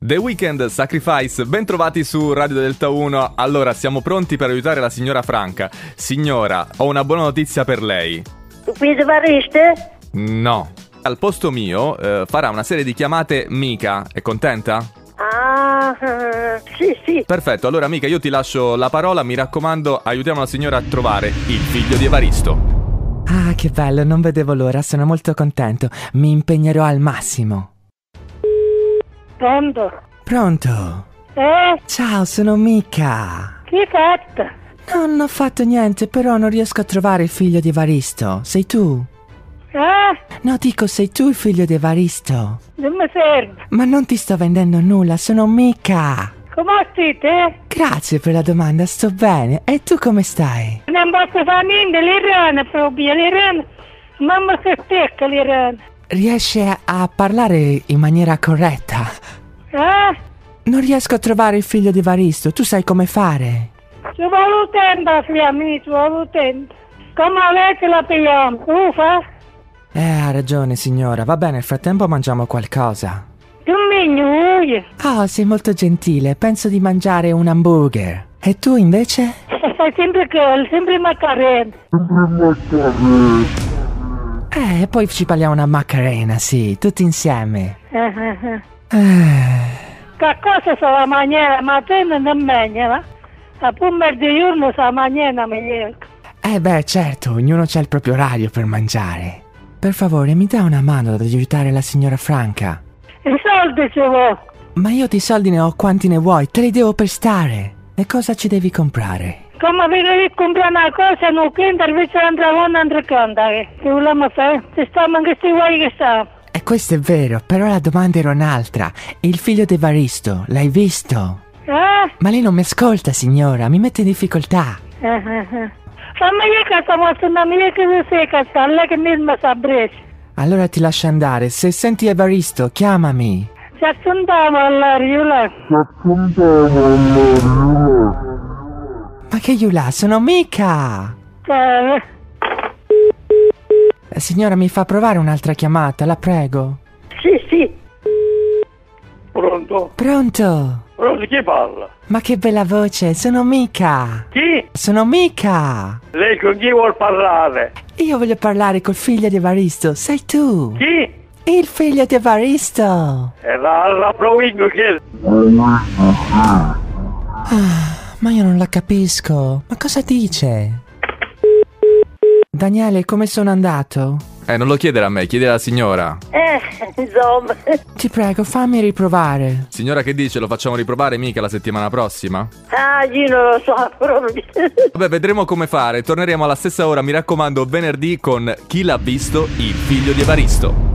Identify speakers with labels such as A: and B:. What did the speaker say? A: The Weekend Sacrifice, ben trovati su Radio Delta 1. Allora, siamo pronti per aiutare la signora Franca. Signora, ho una buona notizia per lei.
B: Mi svariste?
A: No. Al posto mio eh, farà una serie di chiamate Mica. È contenta?
B: Ah, eh, sì, sì.
A: Perfetto, allora Mica, io ti lascio la parola. Mi raccomando, aiutiamo la signora a trovare il figlio di Evaristo.
C: Ah, che bello, non vedevo l'ora, sono molto contento. Mi impegnerò al massimo.
B: Pronto?
C: Pronto?
B: Eh?
C: Ciao, sono Mika.
B: Chi fatta?
C: Non ho fatto niente, però non riesco a trovare il figlio di Evaristo. Sei tu?
B: Eh?
C: No, dico, sei tu il figlio di Evaristo.
B: Non mi serve.
C: Ma non ti sto vendendo nulla, sono Mika.
B: Come state?
C: Grazie per la domanda, sto bene. E tu come stai?
B: Non posso fare niente, le rane proprio, le rane. Mamma si stecca le rane.
C: Riesci a- a parlare in maniera corretta?
B: Eh?
C: Non riesco a trovare il figlio di Evaristo, tu sai come fare?
B: Ci vuole tempo, fiammi, ci vuole tempo. Come avete la pigliamo? Ufa?
C: Eh, ha ragione signora, va bene, nel frattempo mangiamo qualcosa.
B: Tu migno, io.
C: Ah, sei molto gentile, penso di mangiare un hamburger. E tu invece?
B: Fai sempre che, sempre maccarrente.
C: Eh, e poi ci parliamo una macarena, sì, tutti insieme.
B: Eh, eh, eh.
C: Eh,
B: Che cosa se la mangiare? Mattina non mangia, A pomeriggio se la mangiare meglio.
C: eh, beh, certo, ognuno c'ha il proprio orario per mangiare. Per favore, mi dà una mano ad aiutare la signora Franca.
B: I soldi ci vuole.
C: Ma io di soldi ne ho quanti ne vuoi, te li devo prestare. E cosa ci devi comprare?
B: Come venire a comprare una cosa non canta, invece andrà uno andrà a cantare. Che volevamo fare? Se stiamo anche questi guai che stiamo.
C: E Eh, questo è vero, però la domanda era un'altra. Il figlio di Evaristo, l'hai visto?
B: Eh?
C: Ma lei non mi ascolta, signora, mi mette in difficoltà.
B: Eh, eh, eh. Fammi io che stiamo andando, io che mi sei cantando, lei che mi sa breci.
C: Allora ti lascio andare, se senti Evaristo, chiamami.
B: Ci assuntiamo allora, io là.
C: Ma che Yula, sono mica!
B: Cioè,
C: Eh, Signora, mi fa provare un'altra chiamata, la prego.
B: Sì, sì.
D: Pronto?
C: Pronto?
D: Pronto chi parla?
C: Ma che bella voce, sono mica!
D: Chi?
C: Sono mica!
D: Lei con chi vuol parlare?
C: Io voglio parlare col figlio di Evaristo, sei tu!
D: Chi?
C: Il figlio di Evaristo!
D: È la, la provincia che...
C: Ma io non la capisco. Ma cosa dice? Daniele, come sono andato?
A: Eh, non lo chiedere a me, chiedere alla signora.
B: Eh, insomma.
C: Ti prego, fammi riprovare.
A: Signora, che dice? Lo facciamo riprovare mica la settimana prossima?
B: Ah, io non lo so proprio.
A: Vabbè, vedremo come fare. Torneremo alla stessa ora, mi raccomando, venerdì con Chi l'ha visto? Il figlio di Evaristo.